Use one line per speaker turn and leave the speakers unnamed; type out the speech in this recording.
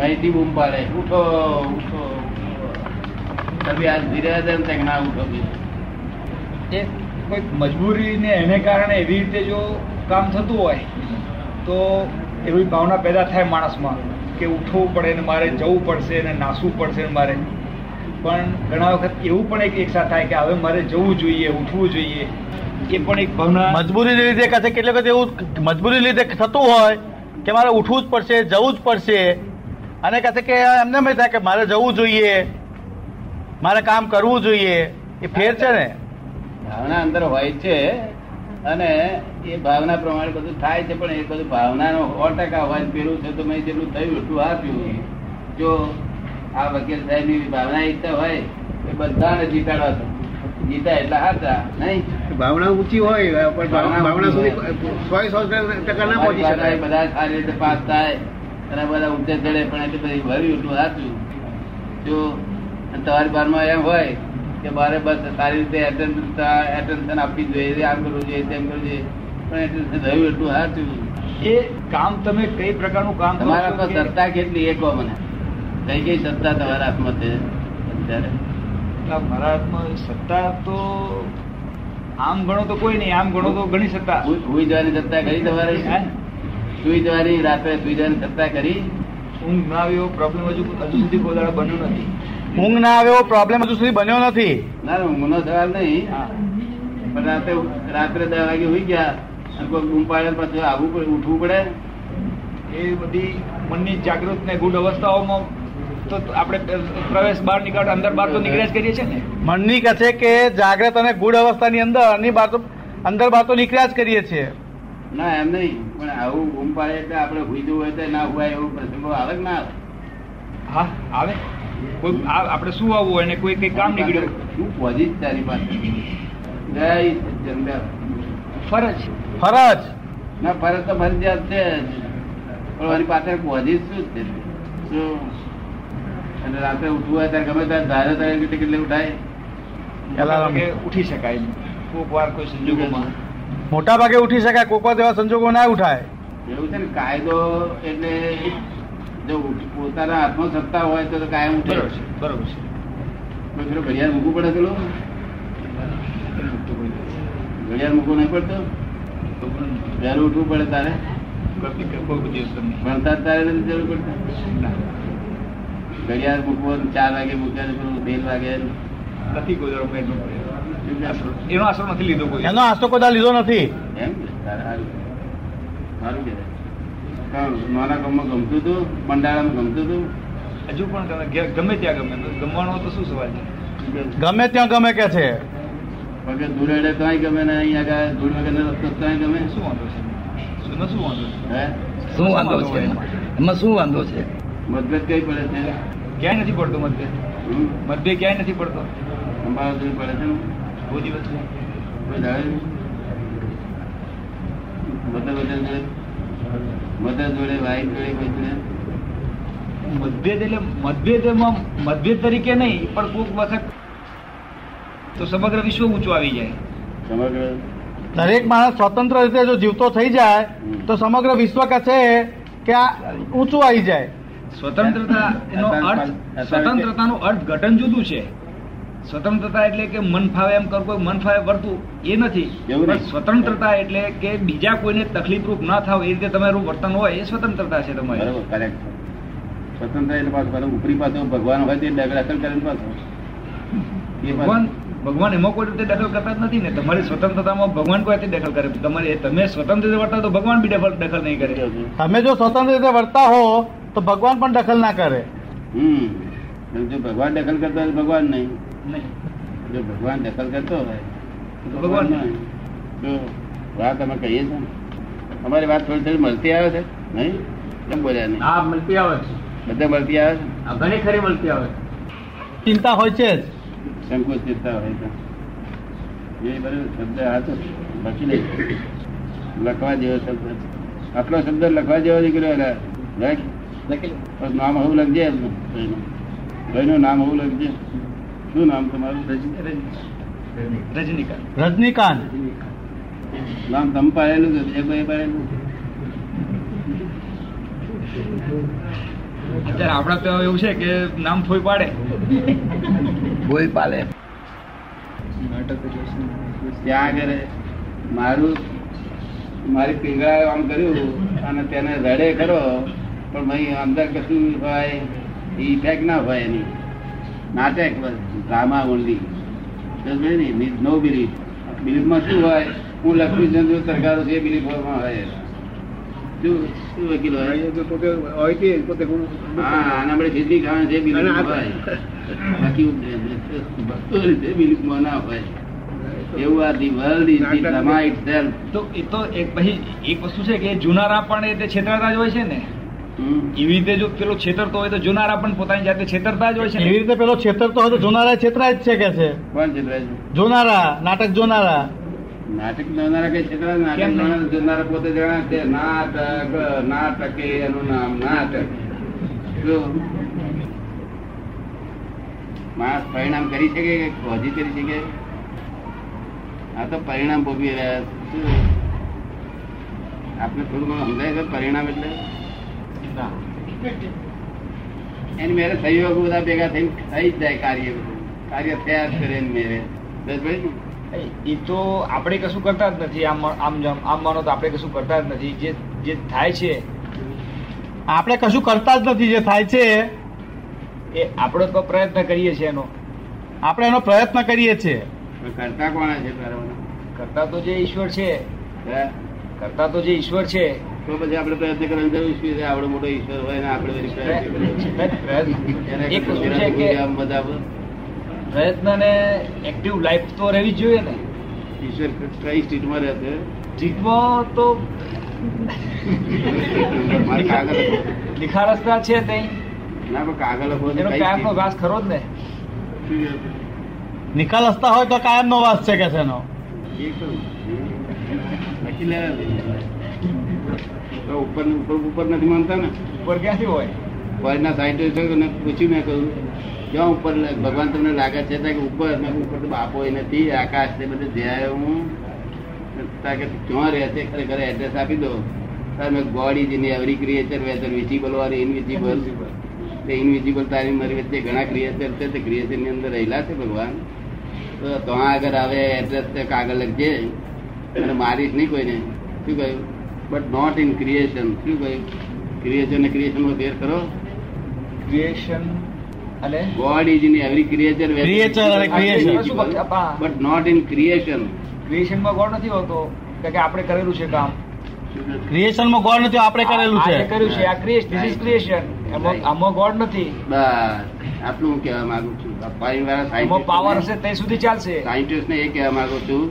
માહિતી બૂમ પાડે ઉઠો ઉઠો તમે આ ધીરે હતા ને ત્યાં ના ઉઠો બી.
એ કોઈક મજબૂરીને એને કારણે એવી રીતે જો કામ થતું હોય તો એવી ભાવના પેદા થાય માણસમાં કે ઉઠવું પડે ને મારે જવું પડશે ને નાસવું પડશે ને મારે પણ ઘણા વખત એવું પણ એક એકસાથ થાય કે હવે મારે જવું જોઈએ ઉઠવું જોઈએ એ પણ એક ભાવના
મજબૂરી લીધે કહે છે કેટલીક વખત એવું મજબૂરી લીધે થતું હોય કે મારે ઉઠવું જ પડશે જવું જ પડશે અને કહે છે કે એમને એમ થાય કે મારે જવું જોઈએ મારે કામ કરવું જોઈએ એ ફેર છે ને
ભાવના અંદર હોય છે અને એ ભાવના પ્રમાણે બધું થાય છે પણ એ બધું ભાવનાનો સો ટકા હોય પેલું છે તો મેં જેટલું થયું એટલું આપ્યું જો આ વકીલ સાહેબની ભાવના ઈચ્છા હોય એ બધાને જીતાડવા છે. જીતા એટલે હાચા નહીં
ભાવના ઊંચી હોય પણ ભાવના ભાવના સુધી સો સો ટકા ના પહોંચી
બધા
શકાય
સારી રીતે પાસ થાય અને બધા ઊંચે ચડે પણ એટલે બધી ભર્યું એટલું સાચું જો અને તમારી બારમાં એમ હોય કે મારે બસ સારી રીતે attention- attention આપવી જોઈએ આમ કરવું જોઈએ તેમ કરવું જોઈએ પણ attention રહ્યું એટલું સાચું
એ કામ તમે કઈ પ્રકારનું કામ કરો
તમારા
છો
પર
કે-
સત્તા કેટલી એ કહો મને કઈ કઈ સત્તા તમારા હાથમાં છે અત્યારે
આ મારા હાથમાં સત્તા તો આમ ગણો તો કોઈ નહીં આમ ગણો તો ઘણી સત્તા
સુઈ- સુઈ જવાની સત્તા કરી
હે?
તમારે સુઈ જવાની રાત્રે સુઈ જવાની સત્તા કરી
ઊંઘ ના આવે એવો પ્રોબ્લેમ હજુ હજુ સુધી કોઈ દાડો બન્યો નથી
ઊંઘ ના આવે એવો પ્રોબ્લેમ હજુ સુધી બન્યો નથી
ના ના ઊંઘનો સવાલ નહીં
હા.
પણ રાતે રાત્રે દસ વાગે હોઈ ગયા અને કોઈ બૂમ પાડે પછી આવવું પડે ઉઠવું પડે
એ બધી મનની જાગૃત ને ગુડ અવસ્થાઓમાં તો આપણે પ્રવેશ બહાર નીકળ અંદર બહાર તો નીકળ્યા જ કરીએ છીએ ને
મનની કહે છે કે જાગ્રત અને ગુડ અવસ્થાની અંદર અની બાર તો અંદર બાર તો નીકળ્યા જ કરીએ છીએ
ના એમ નહીં પણ આવું બૂમ પાડે એટલે આપણે હુઈ જવું હોય તો ના હોય એવું પ્રસંગો આવે કે ના આવે
હા આવે કોઈ આ- આપણે શું આવવું હોય ને કોઈ કઈ કામ નીકળ્યું
શું પોઝિટ તારી પાસે જય જંગલ
ફરજ
ફરજ
ના ફરજ તો ફરજિયાત છે જ. પણ એની પાછળ પોઝિટ શું જ છે શું અને રાતે ઉઠવું હોય ત્યારે ગમે ત્યારે ધારે તારે કેટલી કેટલી ઉઠાય
Alarm.
કે ઉઠી શકાય કોઈક વાર કોઈ સંજોગોમાં
મોટા ભાગે ઉઠી શકાય કોક વાર એવા સંજોગો ના ઉઠાય
એવું છે ને કાયદો એટલે જો પોતાના હાથમાં સત્તા હોય તો તો કાયમ ઉઠે
બરોબર છે બરોબર છે
પણ પેલું ઘડિયાળ મૂકવું પડે પેલું ઘડિયાળ મૂકવું નહીં પડતું વહેલું ઉઠવું પડે તારે
કોઈ દિવસ તમને
ભણતા જ તારે નથી જરૂર પડતી ઘડિયાળ મૂકવો ને ચાર વાગે મૂકે ને પેલું બે વાગે ને.
નથી કોઈ દાડો મેં એનો-
શું કે?
એનો આશરો નથી લીધો કોઈ
એનો આસ્તો કોદા લીધો નથી
એમ કે તારે સારું સારું કહેવાય. કાં નાના ગામમાં ગમતું હતું મંડાળામાં ગમતું હતું
હજુ પણ તમે ઘેર ગમે ત્યાં ગમે તો ગમવાનો તો શું સવાલ છે
શું કે?
ગમે ત્યાં ગમે કે છે
પગે ધૂળ અડે તોય ગમે ને અહીંયા આગળ ધૂળ વગરનો રસ્તો તોય ગમે
શું વાંધો છે શું એનો શું વાંધો છે
હે
શું વાંધો છે એમાં શું વાંધો છે
મતભેદ કઈ પડે છે
ક્યાંય નથી પડતો મતભેદ
હમ?
મતભેદ ક્યાંય નથી પડતો
અંબાલા સુધી પડે છે ને?
કોઈ દિવસ નહીં.
કોઈ દાડે? બધા બધા જોડે બધા જોડે વાઈફ જોડે કોઈ જોડે
મતભેદ એટલે મતભેદમાં મતભેદ તરીકે નહીં પણ કોઈક વખત તો સમગ્ર વિશ્વ ઊંચું આવી જાય
સમગ્ર
દરેક માણસ સ્વતંત્ર રીતે જો જીવતો થઈ જાય તો સમગ્ર વિશ્વ કહે છે કે આ ઊંચું આવી જાય
સ્વતંત્રતા એનો અર્થ સ્વતંત્રતાનો અર્થ ઘટન જુદું છે સ્વતંત્રતા એટલે કે મન ફાવે એમ કર કોઈ મન ફાવે વર્તું એ નથી
એવું
પણ
નહીં.
સ્વતંત્રતા એટલે કે બીજા કોઈને તકલીફરૂપ ના થાવ એ રીતે તમારું વર્તન હોય એ સ્વતંત્રતા છે તમારી
બરોબર correct છે. સ્વતંત્ર એટલે પાછું પાછું ઉપરી પાછો ભગવાન હોય તે ડગલા અસર કરે ને પાછો એ
ભગવાન
પાછું
ભગવાન એમાં કોઈ રીતે દખલ કરતા જ નથી ને તમારી સ્વતંત્રતામાં ભગવાન કોઈ રીતે દખલ કરે તમારે તમે સ્વતંત્ર રીતે વર્તા તો ભગવાન બી દખલ દખલ નહીં કરે
તમે જો સ્વતંત્ર રીતે વર્તા હો તો ભગવાન પણ દખલ ના કરે
હમ જો ભગવાન દખલ કરતો હોય તો ભગવાન નહીં
નહીં
જો ભગવાન દખલ કરતો હોય તો
ભગવાન
ભગવાન નહીં જો વાત અમે કહીએ છીએ ને, અમારી વાત થોડી થોડી મળતી આવે છે નહીં કેમ બોલ્યા નહીં
હા મળતી આવે છે
બધે મળતી આવે છે
આ ઘણી ખરી મળતી આવે છે
ચિંતા હોય છે જ
સંકોચિતતા હોય છે એ બધો શબ્દ હાથો બાકી નહીં લખવા જેવો શબ્દ છે. આટલો શબ્દ લખવા જેવો નીકળ્યો એટલે રાખ. બસ નામ હું લખજે એમનું ભાઈનું. ભાઈનું નામ હું લખજે શું નામ તમારું
રજની- રજનીકાંત
રજનીકાંત
નામ તમે પાડેલું છે એ ભાઈ પાડેલું
અત્યારે આપણા તો એવું છે કે નામ ફોઈ પાડે
કોઈ પાલે
ત્યાં આગળ મારું મારી પીંગળાએ આમ કર્યું અને તેને રડે ખરો પણ ભાઈ અંદર કશું હોય ઇફેક્ટ ના હોય એની નાટક drama only means no belief બિલીફમાં શું હોય હું લક્ષ્મીચંદ્ર સરકારો છે બિલીફમાં હોય શું શું વકીલ હોય
તો પોતે હોય તે પોતે ગુણ-
હા અને આપણે જેટલી ખાવાનું છે
અને
બિલીફ
આ-
હોય બાકી બિલીફમાં ના હોય એવું આ the world is the drama itself.
તો એ તો એક ભાઈ એક વસ્તુ છે કે જુનારા પણ એ તે છેતરતા જ હોય છે ને
હમ.
એવી રીતે જો પેલો છેતરતો હોય તો જુનારા પણ પોતાની જાતે છેતરતા જ હોય છે
એવી
ને
રીતે પેલો છેતરતો હોય તો જોનારા છેતરાય જ છે કે છે
કોણ છેતરાય છે?
જોનારા નાટક જોનારા
નાટક જોનારા કઈ છેતરાય નહીં. નાટક
કેમ નહીં?
જોનારા જોનારા પોતે જણા છે નાટક નાટકે એનું નામ નાટક જો માણસ પરિણામ કરી શકે કે ખોજી કરી શકે આ તો પરિણામ ભોગવી રહ્યા છે. શું? આપને થોડું ઘણું સમજાય છે પરિણામ એટલે એની મેરે સહયોગ બધા ભેગા થઈને થઈ જ જાય કાર્ય બધું. કાર્ય થયા જ કરે એની મેરે બસ ભાઈ ને?
એ તો આપણે કશું કરતા જ નથી આમ આમ જમ- આમ માનો તો આપણે કશું કરતા જ નથી જે જે થાય છે
આપણે કશું કરતા જ નથી જે થાય છે
એ આપણો તો પ્રયત્ન કરીએ છીએ એનો
આપણે એનો પ્રયત્ન કરીએ છીએ
પણ કરતા કોણ છે તારા બધા?
કરતા તો જે ઈશ્વર છે
હે?
કરતા તો જે ઈશ્વર છે
તો પછી આપણે પ્રયત્ન કરવાની જરૂર શું છે આવડો મોટો ઈશ્વર હોય ને આપણે બધી પ્રયત્ન કરીએ.
પ્રયત્ન-
એને
એક વસ્તુ
કુદરત
છે કે
આમ બધા
પ્રયત્નને એક્ટિવ લાઈફ તો રહેવી જ જોઈએ ને
ઈશ્વર કઈ સ્ટેટમાં રહે છે
જીતવો તો
મારે કાગળ લખો.
લિખા રસ્તા છે તઈ
ના પણ કાગળ લખો તો
એનો
કઈ
કાયમનો
state-
વાસ ખરો જ ને
શું છે?
નિકાલ હસતા હોય તો કાયમ નો વાસ છે કે છે એનો
એ કરું. લખી લેવા તો ઉપર ઉપર ઉપર નથી માનતા ને
ઉપર ક્યાંથી હોય
ફોરેનના સાયન્ટિસ્ટોને પૂછ્યું મેં કહ્યું ક્યાં ઉપર લ- ભગવાન તમને લાગે છે ત્યાં કે ઉપર મેં કહ્યું, ઉપર તો બાપો એ નથી આકાશ તે બધે જ્યાં હું ત્યાં કે ક્યાં રહે છે ખરેખર એડ્રેસ આપી દો તાર મેં God is in every creature whether visible or invisible તે ઇનવિઝિબલ તારી મારી વચ્ચે ઘણા ક્રિએચર છે તે ક્રિએચરની અંદર રહેલા છે ભગવાન તો ત્યાં આગળ આવે એડ્રેસ તે કાગળ લખજે અને મારીશ નહીં કોઈને શું કહ્યું બટ નોટ ઇન ક્રિએશન શું કહ્યું ક્રિએશન ને ક્રિએશનમાં ફેર કરો
ક્રિએશન અને
God is in every creature
Creature અને creation.
But not in creation
ક્રિએશનમાં ગોળ નથી હોતો કારણ કે આપણે કરેલું છે કામ
ક્રિએશનમાં ગોળ નથી આપણે કરેલું
આ જે
છે
કર્યું છે આ creation this
Right.
Is creation
Right.
એમાં આમાં ગોળ નથી
બસ આટલું હું કહેવા માંગુ છું અપાણી વાળા
એમાં પાવર
સાયન્ટિસ્ટ
હશે ત્યાં સુધી ચાલશે
સાયન્ટિસ્ટ ને એ કહેવા માંગુ છું